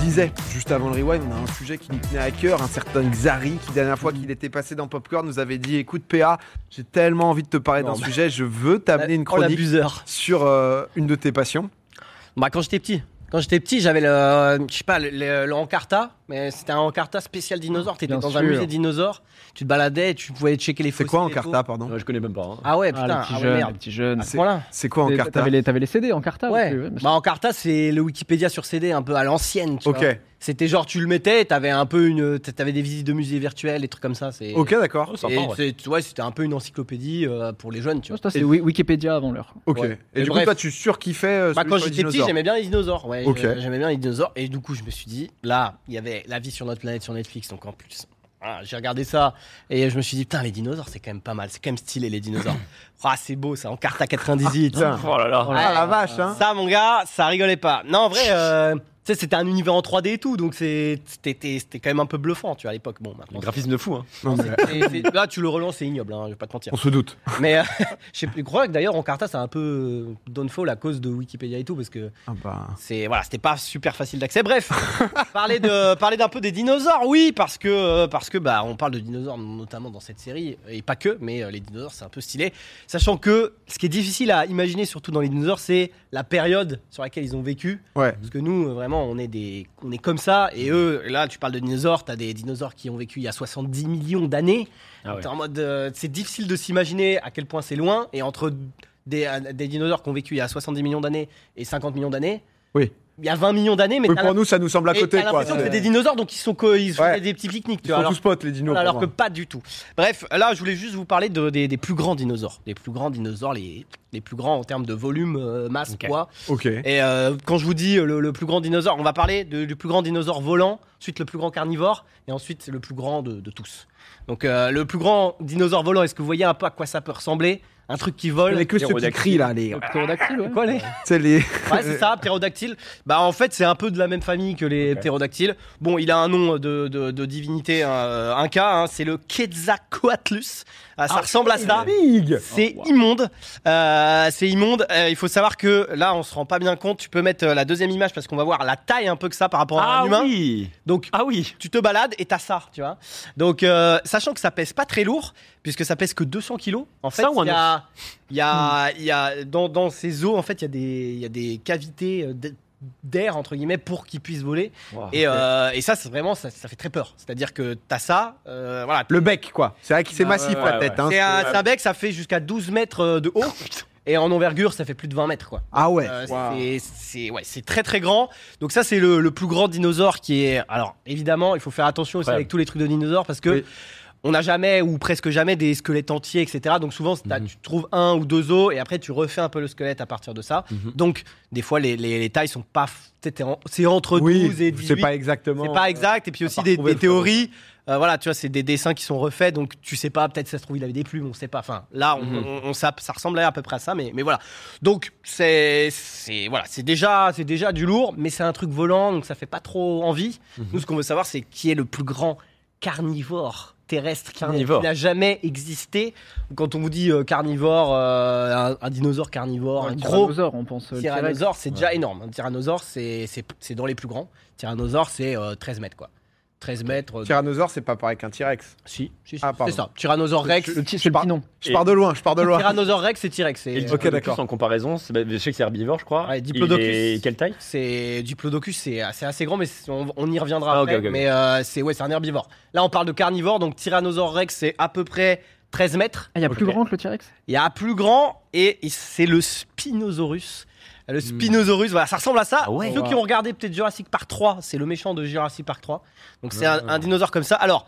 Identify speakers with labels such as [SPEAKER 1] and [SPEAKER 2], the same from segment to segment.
[SPEAKER 1] disais juste avant le rewind, on a un sujet qui nous tenait à cœur, un certain Xari qui, dernière fois qu'il était passé dans Popcorn, nous avait dit Écoute, PA, j'ai tellement envie de te parler
[SPEAKER 2] Non,
[SPEAKER 1] d'un
[SPEAKER 2] bah-
[SPEAKER 1] sujet, je veux t'amener une
[SPEAKER 2] Oh,
[SPEAKER 1] chronique
[SPEAKER 2] l'abuseur.
[SPEAKER 1] sur euh, une de tes passions.
[SPEAKER 2] Bah, quand j'étais petit. Quand j'étais petit, j'avais le, euh, je sais pas, le, le- le Encarta, mais c'était un Encarta spécial dinosaure. T'étais
[SPEAKER 3] Bien
[SPEAKER 2] dans un
[SPEAKER 3] sûr.
[SPEAKER 2] musée dinosaure, tu te baladais, tu pouvais checker les
[SPEAKER 1] C'est
[SPEAKER 2] fossiles.
[SPEAKER 1] quoi
[SPEAKER 2] et
[SPEAKER 1] en
[SPEAKER 2] tout.
[SPEAKER 1] carta, pardon
[SPEAKER 4] Ouais, je connais même pas. hein.
[SPEAKER 2] Ah ouais,
[SPEAKER 3] Ah,
[SPEAKER 2] putain,
[SPEAKER 3] les petits
[SPEAKER 2] ah ouais,
[SPEAKER 3] jeunes,
[SPEAKER 2] merde.
[SPEAKER 3] les petits jeunes.
[SPEAKER 2] À ce moment-là.
[SPEAKER 1] C'est quoi en
[SPEAKER 3] T'avais-
[SPEAKER 1] carta
[SPEAKER 3] T'avais les, t'avais les CD en carta
[SPEAKER 2] Ouais.
[SPEAKER 3] donc, euh, mais-
[SPEAKER 2] Bah, Encarta, c'est le Wikipédia sur CD, un peu à l'ancienne. tu
[SPEAKER 1] Ok,
[SPEAKER 2] vois. C'était genre, tu le mettais, t'avais un peu une, t'avais des visites de musées virtuelles, des trucs comme ça. C'est.
[SPEAKER 1] ok, d'accord.
[SPEAKER 4] Oh, sympa,
[SPEAKER 2] Et
[SPEAKER 4] ouais.
[SPEAKER 2] c'est- ouais, c'était un peu une encyclopédie euh, pour les jeunes, tu
[SPEAKER 3] Tu vois,
[SPEAKER 2] vois.
[SPEAKER 3] toi, c'est Wi- Wikipédia avant l'heure.
[SPEAKER 1] Ok.
[SPEAKER 2] Ouais.
[SPEAKER 1] Et,
[SPEAKER 2] Et
[SPEAKER 1] du coup,
[SPEAKER 2] bref.
[SPEAKER 1] toi, tu surkiffais euh,
[SPEAKER 2] Bah,
[SPEAKER 1] celui
[SPEAKER 2] quand
[SPEAKER 1] sur les
[SPEAKER 2] j'étais petit,
[SPEAKER 1] dinosaures.
[SPEAKER 2] j'aimais bien les dinosaures. Ouais,
[SPEAKER 1] Ok.
[SPEAKER 2] je- J'aimais bien les dinosaures. Et du coup, je me suis dit, là, il y avait La vie sur notre planète sur Netflix, donc en plus. voilà, j'ai regardé ça et je me suis dit, putain, les dinosaures, c'est quand même pas mal. C'est quand même stylé, les dinosaures. Ah, c'est beau, ça, en carte à 98.
[SPEAKER 1] Putain.
[SPEAKER 4] Oh là là.
[SPEAKER 1] Ah la vache, hein
[SPEAKER 2] Ça, mon gars, ça rigolait pas. Non, en vrai, euh, tu sais, c'était un univers en 3D et tout, donc c'est- c'était c'était quand même un peu bluffant, tu vois, à l'époque. Bon,
[SPEAKER 4] Le
[SPEAKER 2] maintenant,
[SPEAKER 4] graphisme de fou. Hein.
[SPEAKER 1] Non, mais
[SPEAKER 2] c'est- c'est- là, tu le relances, c'est ignoble, hein, je vais pas te mentir.
[SPEAKER 1] On se doute.
[SPEAKER 2] Mais euh, je sais plus, je crois que d'ailleurs, Encarta, c'est un peu euh, downfall à cause de Wikipédia et tout, parce que
[SPEAKER 1] Ah bah.
[SPEAKER 2] c'est voilà, c'était pas super facile d'accès. Bref, parler de parler d'un peu des dinosaures, oui, parce que euh, parce que bah on parle de dinosaures notamment dans cette série et pas que, mais euh, les dinosaures c'est un peu stylé. Sachant que ce qui est difficile à imaginer surtout dans les dinosaures, c'est la période sur laquelle ils ont vécu.
[SPEAKER 1] Ouais.
[SPEAKER 2] Parce que nous, euh, vraiment, on est des on est comme ça et eux, là, tu parles de dinosaures, t'as des dinosaures qui ont vécu il y a 70 millions d'années.
[SPEAKER 4] Ah ouais.
[SPEAKER 2] T'es en mode, euh, c'est difficile de s'imaginer à quel point c'est loin et entre des, euh, des dinosaures qui ont vécu il y a 70 millions d'années et 50 millions d'années.
[SPEAKER 1] Oui.
[SPEAKER 2] Il y a 20 millions d'années, mais
[SPEAKER 1] Oui,
[SPEAKER 2] t'as
[SPEAKER 1] pour nous, ça nous semble à
[SPEAKER 2] et
[SPEAKER 1] côté,
[SPEAKER 2] t'as
[SPEAKER 1] quoi.
[SPEAKER 2] l'impression que
[SPEAKER 1] C'est-
[SPEAKER 2] c'est des dinosaures, donc ils sont co- ils se
[SPEAKER 1] Ouais.
[SPEAKER 2] faisaient des petits pique-niques, tu
[SPEAKER 1] Ils
[SPEAKER 2] vois.
[SPEAKER 1] sont
[SPEAKER 2] Alors,
[SPEAKER 1] tous potes, les dinos.
[SPEAKER 2] voilà, alors
[SPEAKER 1] pour
[SPEAKER 2] que
[SPEAKER 1] moi.
[SPEAKER 2] pas du tout. Bref, là, je voulais juste vous parler de- des, des plus grands dinosaures, des plus grands dinosaures, les, les plus grands en termes de volume, euh, masse,
[SPEAKER 4] Ok.
[SPEAKER 2] poids.
[SPEAKER 1] Ok.
[SPEAKER 2] Et euh, quand je vous dis euh, le, le plus grand dinosaure, on va parler de- du plus grand dinosaure volant, ensuite le plus grand carnivore, et ensuite le plus grand de, de tous. Donc euh, le plus grand dinosaure volant, est-ce que vous voyez un peu à quoi ça peut ressembler Un truc qui vole
[SPEAKER 1] Les que ceux qui
[SPEAKER 4] Ptérodactyle.
[SPEAKER 1] crient là, les.
[SPEAKER 3] Donc, Ptérodactyle, ouais.
[SPEAKER 2] Ah, Quoi, les-
[SPEAKER 1] C'est les.
[SPEAKER 2] Ouais, c'est ça, ptérodactyle. Bah, en fait, c'est un peu de la même famille que les
[SPEAKER 4] Ok.
[SPEAKER 2] ptérodactyles. Bon, il a un nom de, de- de divinité euh, inca, hein, c'est le Quetzalcoatlus. Ah, ça ressemble à ça.
[SPEAKER 1] Big
[SPEAKER 2] C'est
[SPEAKER 4] Oh, wow.
[SPEAKER 2] immonde. Euh, c'est immonde. Euh, il faut savoir que là, on se rend pas bien compte. Tu peux mettre euh, la deuxième image parce qu'on va voir la taille un peu que ça
[SPEAKER 4] Oh,
[SPEAKER 2] par rapport à un humain.
[SPEAKER 4] Ah oui.
[SPEAKER 2] Donc,
[SPEAKER 4] Ah oui.
[SPEAKER 2] tu te balades et t'as ça, tu vois. Donc, euh, sachant que ça pèse pas très lours, puisque ça pèse que 200 kilos, en fait,
[SPEAKER 4] Ça ou un
[SPEAKER 2] il
[SPEAKER 4] Hmm.
[SPEAKER 2] y a, il y a, il y a- dans, dans ces eaux, en fait, il y a des, il y a des cavités euh, d- d'air, entre guillemets, pour qu'ils puissent voler. Et,
[SPEAKER 4] Ah,
[SPEAKER 2] euh, et ça, c'est vraiment, ça, ça fait très peur. C'est-à-dire que t'as ça, euh, voilà.
[SPEAKER 1] Le bec, quoi. C'est vrai que c'est
[SPEAKER 4] Ah,
[SPEAKER 1] massif,
[SPEAKER 4] ouais,
[SPEAKER 1] la
[SPEAKER 4] ouais,
[SPEAKER 1] tête.
[SPEAKER 4] ouais.
[SPEAKER 1] hein.
[SPEAKER 2] C'est un, c'est un bec, ça fait jusqu'à 12 mètres euh, de haut. Et en envergure, ça fait plus de 20 mètres, quoi.
[SPEAKER 1] Ah ouais.
[SPEAKER 2] Euh,
[SPEAKER 4] Wow.
[SPEAKER 2] c'est- C'est ouais, c'est très très grand. Donc ça c'est le, le plus grand dinosaure qui est. Alors évidemment, il faut faire attention aussi
[SPEAKER 4] Ouais.
[SPEAKER 2] avec tous les trucs de dinosaures parce que
[SPEAKER 1] Oui.
[SPEAKER 2] on n'a jamais ou presque jamais des squelettes entiers, etc. Donc souvent t'as-
[SPEAKER 4] Mhm.
[SPEAKER 2] tu trouves un ou deux os et après tu refais un peu le squelette à partir de ça.
[SPEAKER 4] Mhm.
[SPEAKER 2] Donc des fois les, les, les tailles sont pas. f- t'es- t'es en- C'est entre 12 et
[SPEAKER 1] Oui,
[SPEAKER 2] 18.
[SPEAKER 1] c'est pas exactement.
[SPEAKER 2] C'est pas exact. Et puis aussi des,
[SPEAKER 1] retrouver
[SPEAKER 2] des
[SPEAKER 1] le fond.
[SPEAKER 2] théories. Euh, voilà, tu vois, c'est des dessins qui sont refaits. Donc tu sais pas, peut-être ça se trouve, il avait des plumes, on sait pas. Enfin, là, on,
[SPEAKER 4] Mhm.
[SPEAKER 2] on- on- ça, ça ressemblait à peu près à ça, mais, mais voilà. Donc c'est c'est- voilà, c'est déjà, c'est déjà du lourd, mais c'est un truc volant, donc ça fait pas trop envie. Nous, ce qu'on veut savoir, c'est qui est le plus grand carnivore terrestre qui n'a-
[SPEAKER 4] Carnivore.
[SPEAKER 2] qui n'a jamais existé. Quand on vous dit euh, carnivore, euh, un, un dinosaure carnivore,
[SPEAKER 3] Un
[SPEAKER 2] un gros
[SPEAKER 3] tyrannosaure, on pense. euh, le T-Rex.
[SPEAKER 2] Tyrannosaure, c'est déjà énorme. Un tyrannosaure, c'est c'est- c'est dans les plus grands. Tyrannosaure, c'est euh, 13 mètres, quoi. 13 mètres. euh,
[SPEAKER 1] Tyrannosaure, c'est pas pareil qu'un T-Rex.
[SPEAKER 2] si, si, si,
[SPEAKER 1] Ah, pardon.
[SPEAKER 2] c'est ça. Tyrannosaure Rex.
[SPEAKER 3] Le petit- C'est le petit nom.
[SPEAKER 1] Je pars de loin, je pars de loin.
[SPEAKER 2] Tyrannosaure Rex et T-Rex.
[SPEAKER 4] Et le
[SPEAKER 2] C'est
[SPEAKER 1] Ok,
[SPEAKER 4] Diplodocus,
[SPEAKER 1] d'accord.
[SPEAKER 4] En comparaison, c'est- bah, je sais que c'est herbivore, je crois.
[SPEAKER 2] Ouais,
[SPEAKER 4] Il
[SPEAKER 2] Diplodocus.
[SPEAKER 4] est- Quelle taille
[SPEAKER 2] c'est- Diplodocus, c'est assez, assez grand, mais c'est- on, on y reviendra
[SPEAKER 4] Ah, ok,
[SPEAKER 2] après.
[SPEAKER 4] ok, ok.
[SPEAKER 2] Mais euh, c'est ouais, c'est un herbivore. Là, on parle de carnivore, donc Tyrannosaure Rex, c'est à peu près 13 mètres.
[SPEAKER 3] Ah, il y a plus
[SPEAKER 4] Ok.
[SPEAKER 3] grand que le T-Rex
[SPEAKER 2] Il y a un plus grand et et c'est le Spinosaurus. Le Spinosaurus, voilà, ça ressemble à ça.
[SPEAKER 4] Hmm. Ah ouais.
[SPEAKER 2] Ceux qui ont regardé peut-être Jurassic Park 3, c'est le méchant de Jurassic Park 3. Donc c'est un, un dinosaure comme ça. Alors,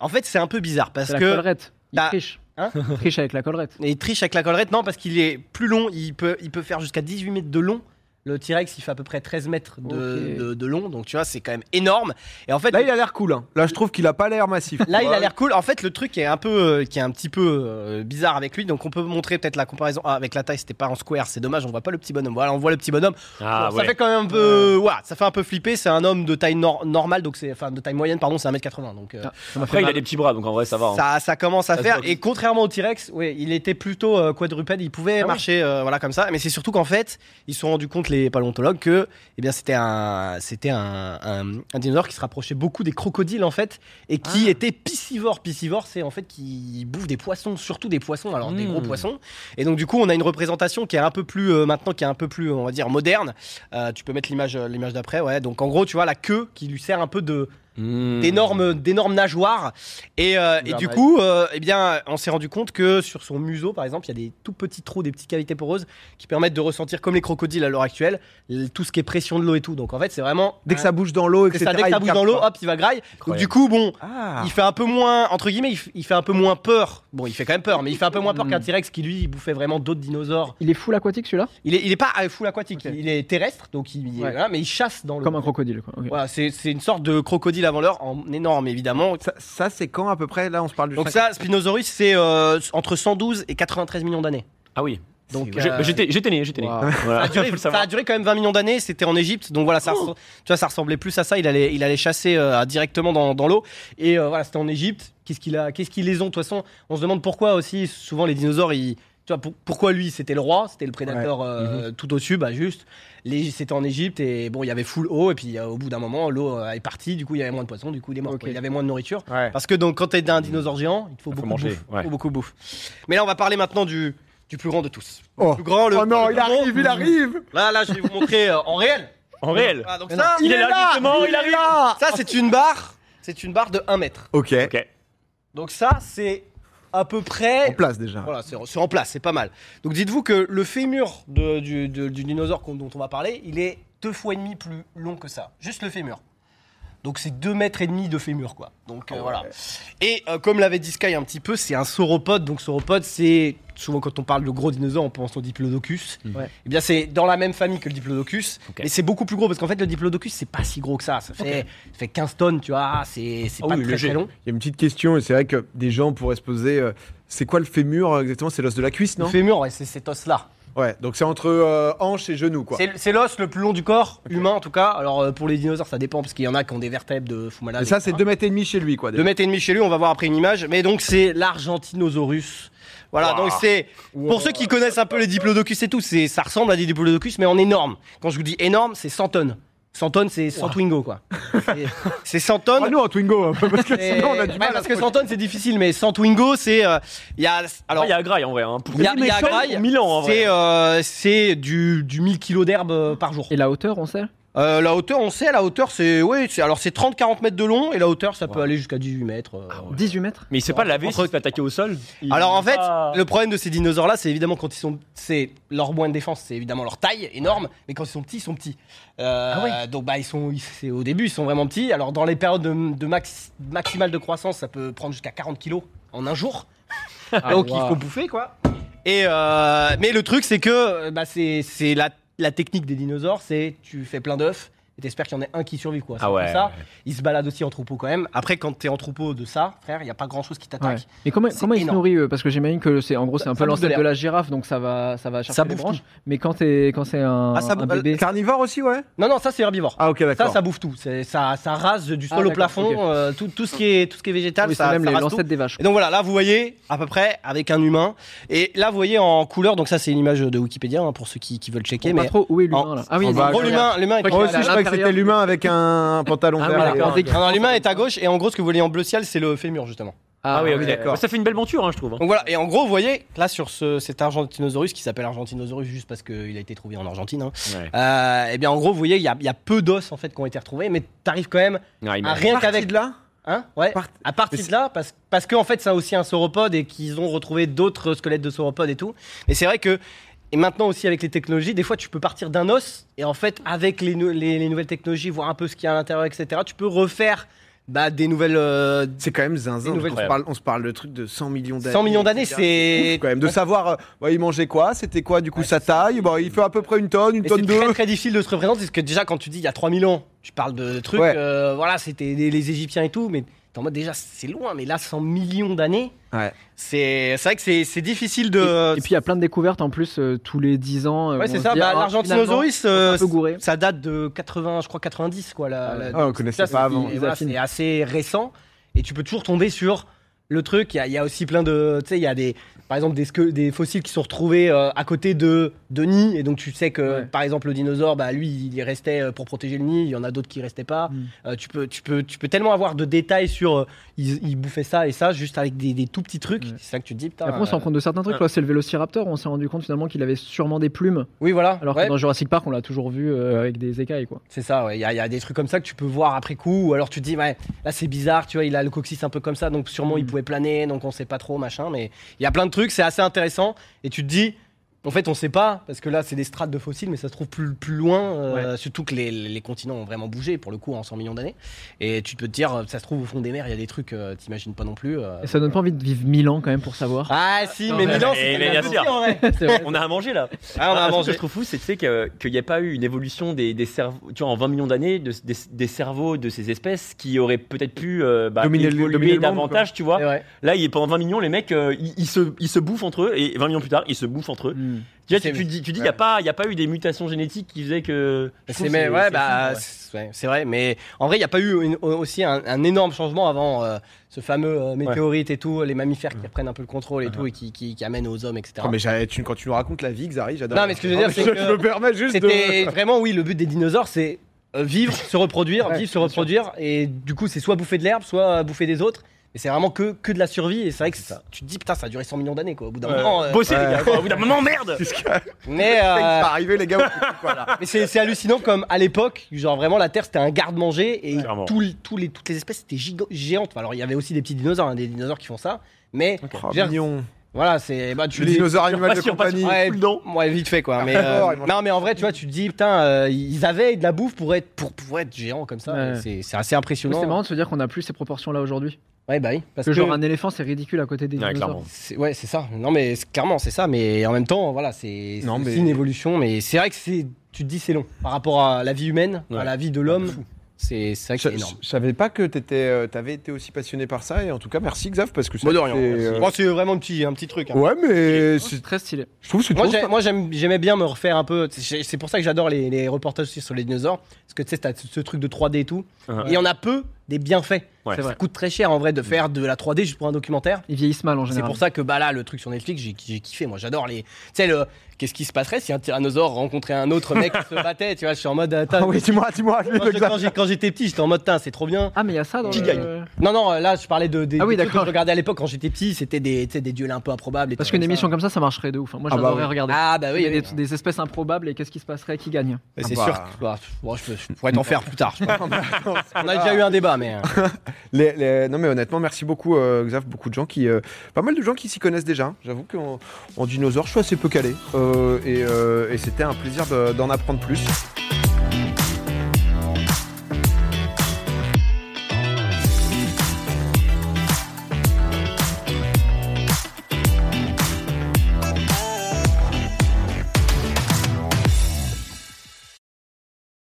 [SPEAKER 2] en fait, c'est un peu bizarre parce
[SPEAKER 3] Ah. C'est la
[SPEAKER 2] que
[SPEAKER 3] collerette. Il
[SPEAKER 2] Bah,
[SPEAKER 3] triche.
[SPEAKER 2] hein
[SPEAKER 3] Il triche avec la collerette.
[SPEAKER 2] et il triche avec la collerette, non, parce qu'il est plus long. Il peut, il peut faire jusqu'à 18 mètres de long. Le T-Rex, il fait à peu près 13 mètres de,
[SPEAKER 3] Ok.
[SPEAKER 2] de- de long. Donc tu vois, c'est quand même énorme. Et en fait,
[SPEAKER 1] Là, il a l'air cool. hein. Là, je trouve qu'il a pas l'air massif.
[SPEAKER 2] Là, il a l'air cool. En fait, le truc qui est un peu, euh, qui est un petit peu euh, bizarre avec lui, donc on peut montrer peut-être la comparaison Ah, avec la taille. C'était pas en square, c'est dommage. On voit pas le petit bonhomme. Voilà, on voit le petit bonhomme.
[SPEAKER 4] Ah
[SPEAKER 2] Bon,
[SPEAKER 4] ouais.
[SPEAKER 2] Ça fait quand même un peu, ouah, ça fait un peu flipper. C'est un homme de taille nor- normale, donc c'est, enfin, de taille moyenne, pardon, c'est 1m80. Donc euh,
[SPEAKER 3] Ah, ça m'a fait
[SPEAKER 4] Après, il a
[SPEAKER 3] mal.
[SPEAKER 4] des petits bras, donc en vrai, ça va. hein.
[SPEAKER 2] ça, ça commence à
[SPEAKER 4] Ça se
[SPEAKER 2] faire.
[SPEAKER 4] voit.
[SPEAKER 2] Et contrairement au T-Rex, ouais, il était plutôt euh, quadrupède. Il pouvait
[SPEAKER 4] ouais.
[SPEAKER 2] marcher, euh, voilà, comme ça. Mais c'est surtout qu'en fait, ils se sont rendus compte racontent les paléontologues que eh bien c'était un c'était un, un- un dinosaure qui se rapprochait beaucoup des crocodiles en fait et qui
[SPEAKER 1] Ah.
[SPEAKER 2] était piscivore. Piscivore, c'est en fait qui bouffe des poissons, surtout des poissons, alors des gros
[SPEAKER 4] Mm.
[SPEAKER 2] poissons. Et donc du coup, on a une représentation qui est un peu plus euh, maintenant qui est un peu plus on va dire moderne. Euh, tu peux mettre l'image euh, l'image d'après, ouais. Donc en gros, tu vois la queue qui lui sert un peu de
[SPEAKER 1] Mmh,
[SPEAKER 4] Hmm.
[SPEAKER 2] d'énormes d'énormes nageoires et, euh, et du
[SPEAKER 4] Merveille.
[SPEAKER 2] coup euh, eh bien on s'est rendu compte que sur son museau par exemple il y a des tout petits trous des petites cavités poreuses qui permettent de ressentir comme les crocodiles à l'heure actuelle l- tout ce qui est pression de l'eau et tout donc en fait c'est vraiment
[SPEAKER 1] Dès que ça bouge dans l'eau,
[SPEAKER 2] c'est
[SPEAKER 1] etc.
[SPEAKER 2] ça, dès que
[SPEAKER 1] il
[SPEAKER 2] ça bouge dans
[SPEAKER 1] capte
[SPEAKER 2] l'eau
[SPEAKER 1] pas.
[SPEAKER 2] hop il va graille donc
[SPEAKER 4] Incroyable.
[SPEAKER 2] du coup bon
[SPEAKER 1] Ah.
[SPEAKER 2] il fait un peu moins entre guillemets il, f- il fait un peu moins peur bon il fait quand même peur mais il fait un peu moins peur
[SPEAKER 1] Mmh.
[SPEAKER 3] Hmm.
[SPEAKER 2] qu'un T-Rex qui lui il bouffait vraiment d'autres dinosaures
[SPEAKER 3] Il est full aquatique celui-là
[SPEAKER 2] il est il est pas euh, full aquatique
[SPEAKER 3] Ok.
[SPEAKER 2] il est terrestre donc il
[SPEAKER 3] Ouais.
[SPEAKER 2] voilà, mais il chasse dans l'eau
[SPEAKER 3] Comme un crocodile. Quoi. Ok.
[SPEAKER 2] voilà, c'est c'est une sorte de crocodile avant l'heure en énorme évidemment
[SPEAKER 1] Ça, ça, c'est quand à peu près Là, on se parle du.
[SPEAKER 2] Donc
[SPEAKER 1] cinq-
[SPEAKER 2] ça, Spinosaurus, c'est euh, entre 112 et 93 millions d'années.
[SPEAKER 4] Ah oui.
[SPEAKER 2] Donc
[SPEAKER 4] Je-
[SPEAKER 2] euh,
[SPEAKER 4] J'étais j'étais né, j'étais né.
[SPEAKER 3] Waouh.
[SPEAKER 2] ça,
[SPEAKER 4] Voilà.
[SPEAKER 2] a duré,
[SPEAKER 4] Faut le
[SPEAKER 2] ça
[SPEAKER 4] Ah, savoir.
[SPEAKER 2] a duré quand même 20 millions d'années. C'était en Égypte, donc voilà, ça, ressemb- tu vois, ça ressemblait plus à ça. Il allait, il allait chasser euh, directement dans, dans l'eau. Et euh, voilà, c'était en Égypte. Qu'est-ce qu'il a, qu'est-ce qu'ils les ont De toute façon, on se demande pourquoi aussi. Souvent, les dinosaures, ils, tu vois, pour- pourquoi lui, c'était le roi, c'était le prédateur euh, tout au-dessus, bah juste. Les, c'était en Égypte et bon, il y avait full eau. Et puis euh, au bout d'un moment, l'eau euh, est partie. Du coup, il y avait moins de poissons. Du coup, il est mort.
[SPEAKER 3] Ok.
[SPEAKER 2] quoi. Il y avait moins de nourriture.
[SPEAKER 1] Ouais.
[SPEAKER 2] Parce que donc, quand t'es un dinosaure géant, il te faut
[SPEAKER 4] Faut
[SPEAKER 2] beaucoup
[SPEAKER 4] manger,
[SPEAKER 2] de bouffe.
[SPEAKER 4] ouais.
[SPEAKER 2] Faut beaucoup de bouffe. Mais là, on va parler maintenant du, du plus grand de tous.
[SPEAKER 1] Oh.
[SPEAKER 2] Le plus grand, euh, le.
[SPEAKER 1] Oh non,
[SPEAKER 2] le
[SPEAKER 1] il
[SPEAKER 2] plus grand.
[SPEAKER 1] arrive, il arrive.
[SPEAKER 2] Là, là, je vais vous montrer euh, en réel.
[SPEAKER 4] En réel.
[SPEAKER 2] Ah, donc
[SPEAKER 1] Mais
[SPEAKER 2] ça,
[SPEAKER 1] non,
[SPEAKER 4] il est là, justement, il
[SPEAKER 1] est
[SPEAKER 4] arrive.
[SPEAKER 1] là.
[SPEAKER 2] ça c'est une barre. C'est une barre de 1 mètre.
[SPEAKER 1] Ok.
[SPEAKER 4] Ok.
[SPEAKER 2] Donc ça, c'est à peu
[SPEAKER 1] En
[SPEAKER 2] près.
[SPEAKER 1] place déjà.
[SPEAKER 2] Voilà, c'est c'est en place, c'est pas mal. Donc dites-vous que le fémur de- du, de- du dinosaure qu'on- dont on va parler, il est deux fois et demi plus long que ça. Juste le fémur. Donc c'est deux mètres et demi de fémur, quoi. Donc euh, voilà. Et euh, comme l'avait dit Sky un petit peu, c'est un sauropode. Donc sauropode, c'est souvent quand on parle de gros dinosaures, on pense au diplodocus.
[SPEAKER 4] Mhm.
[SPEAKER 3] Ouais.
[SPEAKER 2] Eh bien c'est dans la même famille que le diplodocus,
[SPEAKER 4] Ok.
[SPEAKER 2] mais c'est beaucoup plus gros parce qu'en fait le diplodocus c'est pas si gros que ça. Ça fait, ça fait 15 tonnes, tu vois. C'est c'est
[SPEAKER 4] Ah
[SPEAKER 2] pas
[SPEAKER 4] oui,
[SPEAKER 2] très,
[SPEAKER 4] léger.
[SPEAKER 2] très long.
[SPEAKER 1] Il y a une petite question, et c'est vrai que des gens pourraient se poser euh, c'est quoi le fémur euh, exactement C'est l'os de la cuisse,
[SPEAKER 2] Le
[SPEAKER 1] non
[SPEAKER 2] fémur, ouais, c'est cet os là.
[SPEAKER 1] Ouais, donc c'est entre euh, hanche et genou, quoi.
[SPEAKER 2] C'est c'est l'os le plus long du corps, humain en tout cas. Alors euh, pour les dinosaures, ça dépend parce qu'il y en a qui ont des vertèbres de fou malade.
[SPEAKER 1] Et ça, c'est 2 mètres et demi chez lui, quoi. déjà.
[SPEAKER 2] 2 mètres et demi chez lui, on va voir après une image. Mais donc c'est l'Argentinosaurus. Voilà,
[SPEAKER 4] Waouh.
[SPEAKER 2] donc c'est. Pour ceux qui connaissent un peu les diplodocus et tout, c'est- ça ressemble à des diplodocus, mais en énorme. Quand je vous dis énorme, c'est 100 tonnes. 100 tonnes, c'est 100 Twingo, quoi. C'est- C'est 100 tonnes.
[SPEAKER 1] Ah, nous, en Twingo,
[SPEAKER 2] hein,
[SPEAKER 1] un peu, parce que
[SPEAKER 2] c'est-
[SPEAKER 1] sinon, on a du
[SPEAKER 2] Ouais,
[SPEAKER 1] mal. à
[SPEAKER 2] parce
[SPEAKER 1] se
[SPEAKER 2] que
[SPEAKER 1] projeter.
[SPEAKER 2] 100 tonnes, c'est difficile, mais 100 Twingo, c'est. euh, Il y a.
[SPEAKER 4] Alors,
[SPEAKER 2] Alors,
[SPEAKER 4] il y a Agraille en vrai. Hein. Pour-
[SPEAKER 2] il y a, il y a
[SPEAKER 4] Mais ça,
[SPEAKER 2] Grail,
[SPEAKER 4] Milan en vrai.
[SPEAKER 2] c'est euh, c'est du, du 1000 kg d'herbe euh, par jour.
[SPEAKER 3] Et la hauteur, on sait
[SPEAKER 2] Euh, la hauteur, on sait, la hauteur, c'est. Oui, c'est- alors c'est 30-40 mètres de long et la hauteur, ça peut
[SPEAKER 4] Wow.
[SPEAKER 2] aller jusqu'à 18 mètres. euh.
[SPEAKER 3] 18 mètres
[SPEAKER 4] Mais il s'est pas lavé,
[SPEAKER 2] Entre-
[SPEAKER 4] il s'est fait attaquer au sol. Il-
[SPEAKER 2] Alors en fait,
[SPEAKER 4] Ah.
[SPEAKER 2] le problème de ces dinosaures-là, c'est évidemment quand ils sont, c'est leur moyen de défense, c'est évidemment leur taille énorme, mais quand ils sont petits, ils sont petits. Euh,
[SPEAKER 3] Ah ouais.
[SPEAKER 2] Donc bah ils sont, ils- c'est- au début ils sont vraiment petits. Alors dans les périodes de, de max, maximale de croissance, ça peut prendre jusqu'à 40 kilos en un jour. donc il faut bouffer quoi. Et euh, mais le truc c'est que euh, bah, c'est, c'est la, la technique des dinosaures, c'est tu fais plein d'œufs. Et t'espères qu'il y en ait un qui survive quoi. C'est
[SPEAKER 4] Ah
[SPEAKER 2] un peu
[SPEAKER 4] ouais.
[SPEAKER 2] Ça, ils se baladent aussi en troupeau quand même. Après, quand t'es en troupeau de ça, frère, il y a pas grand chose qui t'attaque.
[SPEAKER 3] Ouais. Mais comment,
[SPEAKER 2] C'est
[SPEAKER 3] comment ils se
[SPEAKER 2] énorme.
[SPEAKER 3] nourrissent eux Parce que j'imagine que c'est en gros c'est
[SPEAKER 2] Ça-
[SPEAKER 3] un
[SPEAKER 2] ça
[SPEAKER 3] peu
[SPEAKER 2] bouffe de
[SPEAKER 3] l'ancêtre de
[SPEAKER 2] l'herbe.
[SPEAKER 3] la girafe, donc ça va ça va chercher
[SPEAKER 2] Ça
[SPEAKER 3] les
[SPEAKER 2] bouffe
[SPEAKER 3] branches. Mais quand c'est quand c'est un,
[SPEAKER 2] Ah, ça
[SPEAKER 3] un
[SPEAKER 2] bouffe-
[SPEAKER 3] bébé,
[SPEAKER 1] Carnivore aussi, ouais
[SPEAKER 2] Non, non, ça c'est herbivore.
[SPEAKER 1] Ah, ok,
[SPEAKER 2] Ça,
[SPEAKER 1] d'accord.
[SPEAKER 2] ça bouffe tout. C'est- Ça, ça rase du
[SPEAKER 3] Ah,
[SPEAKER 2] sol au
[SPEAKER 3] d'accord,
[SPEAKER 2] plafond,
[SPEAKER 3] ok.
[SPEAKER 2] euh, tout, tout, ce qui est, tout ce qui est végétal,
[SPEAKER 3] oui, c'est
[SPEAKER 2] ça,
[SPEAKER 3] même
[SPEAKER 2] ça
[SPEAKER 3] les-
[SPEAKER 2] rase tout.
[SPEAKER 3] l'ancêtre des vaches.
[SPEAKER 2] Et donc voilà, là vous voyez à peu près avec un humain. Et là vous voyez en couleur, donc ça c'est une image de Wikipédia hein, pour ceux qui, qui veulent checker.
[SPEAKER 3] Bon,
[SPEAKER 2] Mais
[SPEAKER 3] Pas trop où est l'humain
[SPEAKER 2] en-
[SPEAKER 3] là Ah oui,
[SPEAKER 1] en
[SPEAKER 3] il y a
[SPEAKER 1] bas
[SPEAKER 2] en
[SPEAKER 3] des-
[SPEAKER 2] gros
[SPEAKER 1] d'accord.
[SPEAKER 2] l'humain, l'humain est
[SPEAKER 3] Ok,
[SPEAKER 1] Moi
[SPEAKER 2] à
[SPEAKER 1] aussi, je
[SPEAKER 2] l'intérieur.
[SPEAKER 1] croyais que c'était
[SPEAKER 3] l'intérieur.
[SPEAKER 1] l'humain avec un pantalon
[SPEAKER 3] Ah,
[SPEAKER 1] vert.
[SPEAKER 3] voilà,
[SPEAKER 1] et-
[SPEAKER 3] d'accord,
[SPEAKER 2] Non, non, l'humain est à gauche et en gros ce que vous voyez en bleu ciel c'est le fémur justement.
[SPEAKER 4] Ah oui, ok.
[SPEAKER 1] d'accord.
[SPEAKER 4] Ça fait une belle monture, hein, je trouve. hein.
[SPEAKER 2] Donc voilà, et en gros vous voyez là sur ce, cet Argentinosaurus qui s'appelle Argentinosaurus juste parce qu'il a été trouvé en Argentine. Hein,
[SPEAKER 4] Ouais.
[SPEAKER 2] euh, et bien en gros vous voyez il y a, il y a peu d'os en fait qui ont été retrouvés, mais t'arrives quand même
[SPEAKER 4] Ouais, il
[SPEAKER 2] à
[SPEAKER 4] m'a-
[SPEAKER 2] Ah, rien
[SPEAKER 1] Parti
[SPEAKER 2] qu'avec
[SPEAKER 1] de là
[SPEAKER 2] Hein ouais.
[SPEAKER 1] Ah, Part-
[SPEAKER 2] À
[SPEAKER 1] Mais
[SPEAKER 2] partir
[SPEAKER 1] c'est-
[SPEAKER 2] de là, parce, parce qu'en fait, ça a aussi un sauropode et qu'ils ont retrouvé d'autres squelettes de sauropodes et tout. Mais c'est vrai que, et maintenant aussi avec les technologies, des fois tu peux partir d'un os et en fait, avec les, nou- les- les nouvelles technologies, voir un peu ce qu'il y a à l'intérieur, etc., tu peux refaire bah, des nouvelles. euh,
[SPEAKER 1] C'est quand même zinzin.
[SPEAKER 2] Des nouvelles-
[SPEAKER 1] On se, parle, on se parle de trucs de 100 millions d'années.
[SPEAKER 2] 100 millions d'années,
[SPEAKER 1] etc.
[SPEAKER 2] c'est-
[SPEAKER 1] Ouf, quand même. De savoir, euh, bah, il mangeait quoi, c'était quoi du coup sa taille. Bah, il fait à peu près une tonne, une
[SPEAKER 2] mais
[SPEAKER 1] tonne
[SPEAKER 2] c'est
[SPEAKER 1] deux.
[SPEAKER 2] très très difficile de se représenter parce que déjà quand tu dis il y a 3000 ans, tu parles de trucs,
[SPEAKER 1] Ouais.
[SPEAKER 2] euh, voilà, c'était les, les Égyptiens et tout, mais t'es en mode déjà c'est loin, mais là 100 millions d'années,
[SPEAKER 1] Ouais.
[SPEAKER 2] c'est c'est vrai que c'est c'est difficile de.
[SPEAKER 3] Et puis il y a plein de découvertes en plus euh, tous les 10 ans. euh,
[SPEAKER 2] Ouais,
[SPEAKER 3] on
[SPEAKER 2] c'est
[SPEAKER 3] se
[SPEAKER 2] ça.
[SPEAKER 3] dit,
[SPEAKER 2] Bah,
[SPEAKER 3] ah,
[SPEAKER 2] L'Argentinosaurus,
[SPEAKER 3] finalement,
[SPEAKER 2] euh,
[SPEAKER 3] un peu gouré.
[SPEAKER 2] ça date de 80, je crois 90, quoi. La,
[SPEAKER 3] Ah ouais.
[SPEAKER 2] la-
[SPEAKER 1] Ah, on connaissait
[SPEAKER 2] ça,
[SPEAKER 1] pas
[SPEAKER 2] c'est-
[SPEAKER 1] avant.
[SPEAKER 2] et voilà,
[SPEAKER 3] Ils affinent.
[SPEAKER 2] c'est assez récent et tu peux toujours tomber sur le truc. Il y, a- il y a aussi plein de, tu sais, il y a des, par exemple, des, squel- des fossiles qui sont retrouvés euh, à côté de, de nids. Et donc, tu sais que,
[SPEAKER 3] Ouais.
[SPEAKER 2] par exemple, le dinosaure, bah, lui, il y restait euh, pour protéger le nid. Il y en a d'autres qui restaient pas.
[SPEAKER 3] Mm.
[SPEAKER 2] Euh, tu, peux, tu, peux, tu peux tellement avoir de détails sur. euh, ils, ils bouffaient ça et ça, juste avec des, des tout petits trucs.
[SPEAKER 3] Ouais.
[SPEAKER 2] C'est ça que tu te dis, putain.
[SPEAKER 3] Après, on se
[SPEAKER 2] euh,
[SPEAKER 3] rend compte de certains trucs.
[SPEAKER 2] Ah.
[SPEAKER 3] Là, c'est le vélociraptor. On s'est rendu compte finalement qu'il avait sûrement des plumes.
[SPEAKER 2] Oui, voilà.
[SPEAKER 3] Alors
[SPEAKER 2] Ouais.
[SPEAKER 3] que dans Jurassic Park, on l'a toujours vu euh, avec des écailles, quoi.
[SPEAKER 2] C'est ça, ouais. Il y, a- il y a des trucs comme ça que tu peux voir après coup, ou alors tu te dis, ouais, là c'est bizarre, tu vois, il a le coccyx un peu comme ça, donc sûrement il
[SPEAKER 3] Mm.
[SPEAKER 2] pouvait planer, donc on sait pas trop, machin, mais il y a plein de trucs, c'est assez intéressant, et tu te dis, en fait, on sait pas, parce que là c'est des strates de fossiles, mais ça se trouve plus, plus loin, euh, surtout que les, les continents ont vraiment bougé, pour le coup, en 100 millions d'années, et tu peux te dire, euh, ça se trouve au fond des mers, il y a des trucs, euh, t'imagines pas non plus. euh.
[SPEAKER 3] Et ça donne pas envie de vivre 1000 ans quand même pour savoir.
[SPEAKER 2] Ah si,
[SPEAKER 3] Non,
[SPEAKER 2] mais
[SPEAKER 3] mais-
[SPEAKER 2] Milan,
[SPEAKER 4] mais-
[SPEAKER 2] c'est
[SPEAKER 4] mais
[SPEAKER 2] la
[SPEAKER 4] bien sûr.
[SPEAKER 2] solution, en vrai.
[SPEAKER 3] C'est vrai.
[SPEAKER 4] On a à manger là.
[SPEAKER 2] Ah, on a
[SPEAKER 4] Un truc que
[SPEAKER 2] mangé.
[SPEAKER 4] je trouve fou, c'est tu sais, que- qu'il n'y a pas eu une évolution des, des cerveaux, tu vois, en 20 millions d'années, de- des, des cerveaux de ces espèces qui auraient peut-être pu euh, bah,
[SPEAKER 1] Dominer le-
[SPEAKER 4] évoluer
[SPEAKER 1] dominer le monde,
[SPEAKER 4] davantage, tu vois.
[SPEAKER 2] C'est vrai.
[SPEAKER 4] Là, il est pendant 20 millions, les mecs, euh, ils, ils se, ils se bouffent entre eux, et 20 millions plus tard, ils se bouffent entre eux.
[SPEAKER 3] Hmm.
[SPEAKER 4] Tu vois, tu,
[SPEAKER 2] C'est-
[SPEAKER 4] tu dis, tu dis, il
[SPEAKER 1] ouais.
[SPEAKER 4] n'y a pas, il y a pas eu des mutations génétiques qui faisaient que. je
[SPEAKER 2] C'est
[SPEAKER 4] trouve
[SPEAKER 2] mais
[SPEAKER 4] c'est-
[SPEAKER 2] ouais
[SPEAKER 4] c'est
[SPEAKER 2] bah
[SPEAKER 4] fou, ouais.
[SPEAKER 2] c'est ouais, c'est vrai mais en vrai il n'y a pas eu une- aussi un, un énorme changement avant euh, ce fameux euh, météorite et tout les mammifères qui reprennent un peu le contrôle et tout et qui, qui, qui amènent aux hommes etc.
[SPEAKER 1] Oh, mais j'avais- tu- quand tu nous racontes la vie, Xari, j'adore. Ah,
[SPEAKER 2] Non, mais ce que je veux dire,
[SPEAKER 1] mais
[SPEAKER 2] c'est
[SPEAKER 1] je,
[SPEAKER 2] que
[SPEAKER 1] je me permets juste
[SPEAKER 2] C'était
[SPEAKER 1] de.
[SPEAKER 2] vraiment oui le but des dinosaures c'est euh, vivre se reproduire
[SPEAKER 3] Ouais,
[SPEAKER 2] vivre se
[SPEAKER 3] bien sûr.
[SPEAKER 2] reproduire et du coup c'est soit bouffer de l'herbe soit euh, bouffer des autres mais c'est vraiment que que de la survie et c'est vrai que
[SPEAKER 1] C'est ça.
[SPEAKER 2] tu te dis putain ça a duré 100 millions d'années quoi au bout d'un
[SPEAKER 4] Ouais.
[SPEAKER 2] moment euh,
[SPEAKER 4] Bossez,
[SPEAKER 1] ouais.
[SPEAKER 4] les gars, quoi, au bout d'un moment, merde!
[SPEAKER 1] C'est ce qui va
[SPEAKER 2] mais euh,
[SPEAKER 1] arriver, les gars. au coup, quoi, là.
[SPEAKER 2] Mais c'est c'est hallucinant comme à l'époque, genre vraiment la Terre c'était un garde-manger et
[SPEAKER 4] Clairement.
[SPEAKER 2] tout le- tous les, toutes les espèces étaient giga- géantes. Enfin, alors il y avait aussi des petits dinosaures, hein, des dinosaures qui font ça, mais
[SPEAKER 1] Oh,
[SPEAKER 2] Gère-
[SPEAKER 1] mignon.
[SPEAKER 2] voilà, c'est bah tu
[SPEAKER 1] Le
[SPEAKER 2] le dis-
[SPEAKER 1] dinosaure animal de
[SPEAKER 4] Pas sûr, pas
[SPEAKER 1] compagnie.
[SPEAKER 4] sûr.
[SPEAKER 2] Ouais,
[SPEAKER 4] Tout le temps.
[SPEAKER 2] ouais, vite fait quoi. Mais
[SPEAKER 1] Ah,
[SPEAKER 2] euh,
[SPEAKER 1] ils mangent-
[SPEAKER 2] non, mais en vrai, tu vois, tu te dis putain, euh, ils avaient de la bouffe pour être pour pouvoir être géants comme ça.
[SPEAKER 3] Ouais.
[SPEAKER 2] C'est c'est assez
[SPEAKER 3] Oui,
[SPEAKER 2] impressionnant.
[SPEAKER 3] C'est marrant de se dire qu'on n'a plus ces proportions-là aujourd'hui.
[SPEAKER 2] Ouais, bah oui, parce
[SPEAKER 3] Parce
[SPEAKER 2] que
[SPEAKER 3] que genre un éléphant, c'est ridicule à côté des
[SPEAKER 4] Ouais,
[SPEAKER 3] dinosaures.
[SPEAKER 4] clairement.
[SPEAKER 2] C'est- Ouais, c'est ça. Non, mais c'est- clairement, c'est ça. Mais en même temps, voilà, c'est c'est
[SPEAKER 1] Non,
[SPEAKER 2] aussi
[SPEAKER 1] mais-
[SPEAKER 2] une évolution. Mais c'est vrai que c'est, tu te dis, c'est long par rapport à la vie humaine, à
[SPEAKER 4] Ouais.
[SPEAKER 2] la vie de l'homme. C'est c'est vrai que
[SPEAKER 1] Je,
[SPEAKER 2] c'est énorme.
[SPEAKER 1] je- je savais pas que t'étais, euh, t'avais été aussi passionné par ça et en tout cas merci Xav parce que ça,
[SPEAKER 2] Moi, de rien.
[SPEAKER 1] c'est,
[SPEAKER 2] Merci.
[SPEAKER 1] euh,
[SPEAKER 2] Moi, c'est vraiment un petit, un petit truc. hein.
[SPEAKER 1] ouais mais c'est-
[SPEAKER 3] Très stylé.
[SPEAKER 1] je trouve que c'est
[SPEAKER 2] Moi,
[SPEAKER 1] trop
[SPEAKER 2] j'ai- moi, j'aime- j'aimais bien me refaire un peu. C'est c'est pour ça que j'adore les, les reportages aussi sur les dinosaures. Parce que tu sais, t'as ce- ce truc de 3D et tout.
[SPEAKER 3] Ah.
[SPEAKER 4] Ouais.
[SPEAKER 2] Et il y en a peu des bienfaits.
[SPEAKER 4] Ouais.
[SPEAKER 3] C'est
[SPEAKER 2] Ça
[SPEAKER 3] vrai.
[SPEAKER 2] coûte très cher en vrai de faire de la 3D juste pour un documentaire.
[SPEAKER 3] Ils vieillissent mal Mm. en
[SPEAKER 2] C'est
[SPEAKER 3] général.
[SPEAKER 2] pour ça que bah là le truc sur Netflix j'ai j'ai kiffé moi j'adore les tu sais le qu'est-ce qui se passerait si un tyrannosaure rencontrait un autre mec qui se battait tu vois je suis en mode euh,
[SPEAKER 1] Ah
[SPEAKER 2] Tain,
[SPEAKER 1] oui, dis-moi, dis-moi.
[SPEAKER 2] Moi, je- quand j'ai- quand j'étais petit, j'étais en mode, Tain, c'est trop bien.
[SPEAKER 3] Ah, mais il y a ça dans
[SPEAKER 4] Qui
[SPEAKER 3] le-
[SPEAKER 4] gagne
[SPEAKER 2] Non, non, là, je parlais de, des
[SPEAKER 3] Ah oui,
[SPEAKER 2] des trucs que
[SPEAKER 3] d'accord.
[SPEAKER 2] je regardais à l'époque quand j'étais petit, c'était des, tu sais, des duels un peu improbables. et tout
[SPEAKER 3] Parce qu'une
[SPEAKER 2] comme ça.
[SPEAKER 3] émission comme ça, ça marcherait de ouf. hein. Moi,
[SPEAKER 1] Ah bah
[SPEAKER 3] j'adorerais
[SPEAKER 1] oui.
[SPEAKER 3] regarder.
[SPEAKER 2] Ah, bah oui,
[SPEAKER 3] Il y a
[SPEAKER 2] oui.
[SPEAKER 3] des, des espèces improbables et qu'est-ce qui se passerait qui gagne
[SPEAKER 2] Mais
[SPEAKER 1] Ah
[SPEAKER 2] c'est
[SPEAKER 1] bah.
[SPEAKER 2] sûr que bah, pff, bon, je, peux- je pourrais t'en faire plus tard. je crois. On a déjà eu un débat, mais. euh,
[SPEAKER 1] Les- les- Non mais honnêtement, merci beaucoup euh, Xav, beaucoup de gens qui, euh, pas mal de gens qui s'y connaissent déjà. J'avoue qu'en en dinosaure, je suis assez peu calé Euh, et, euh, et c'était un plaisir de- d'en apprendre plus.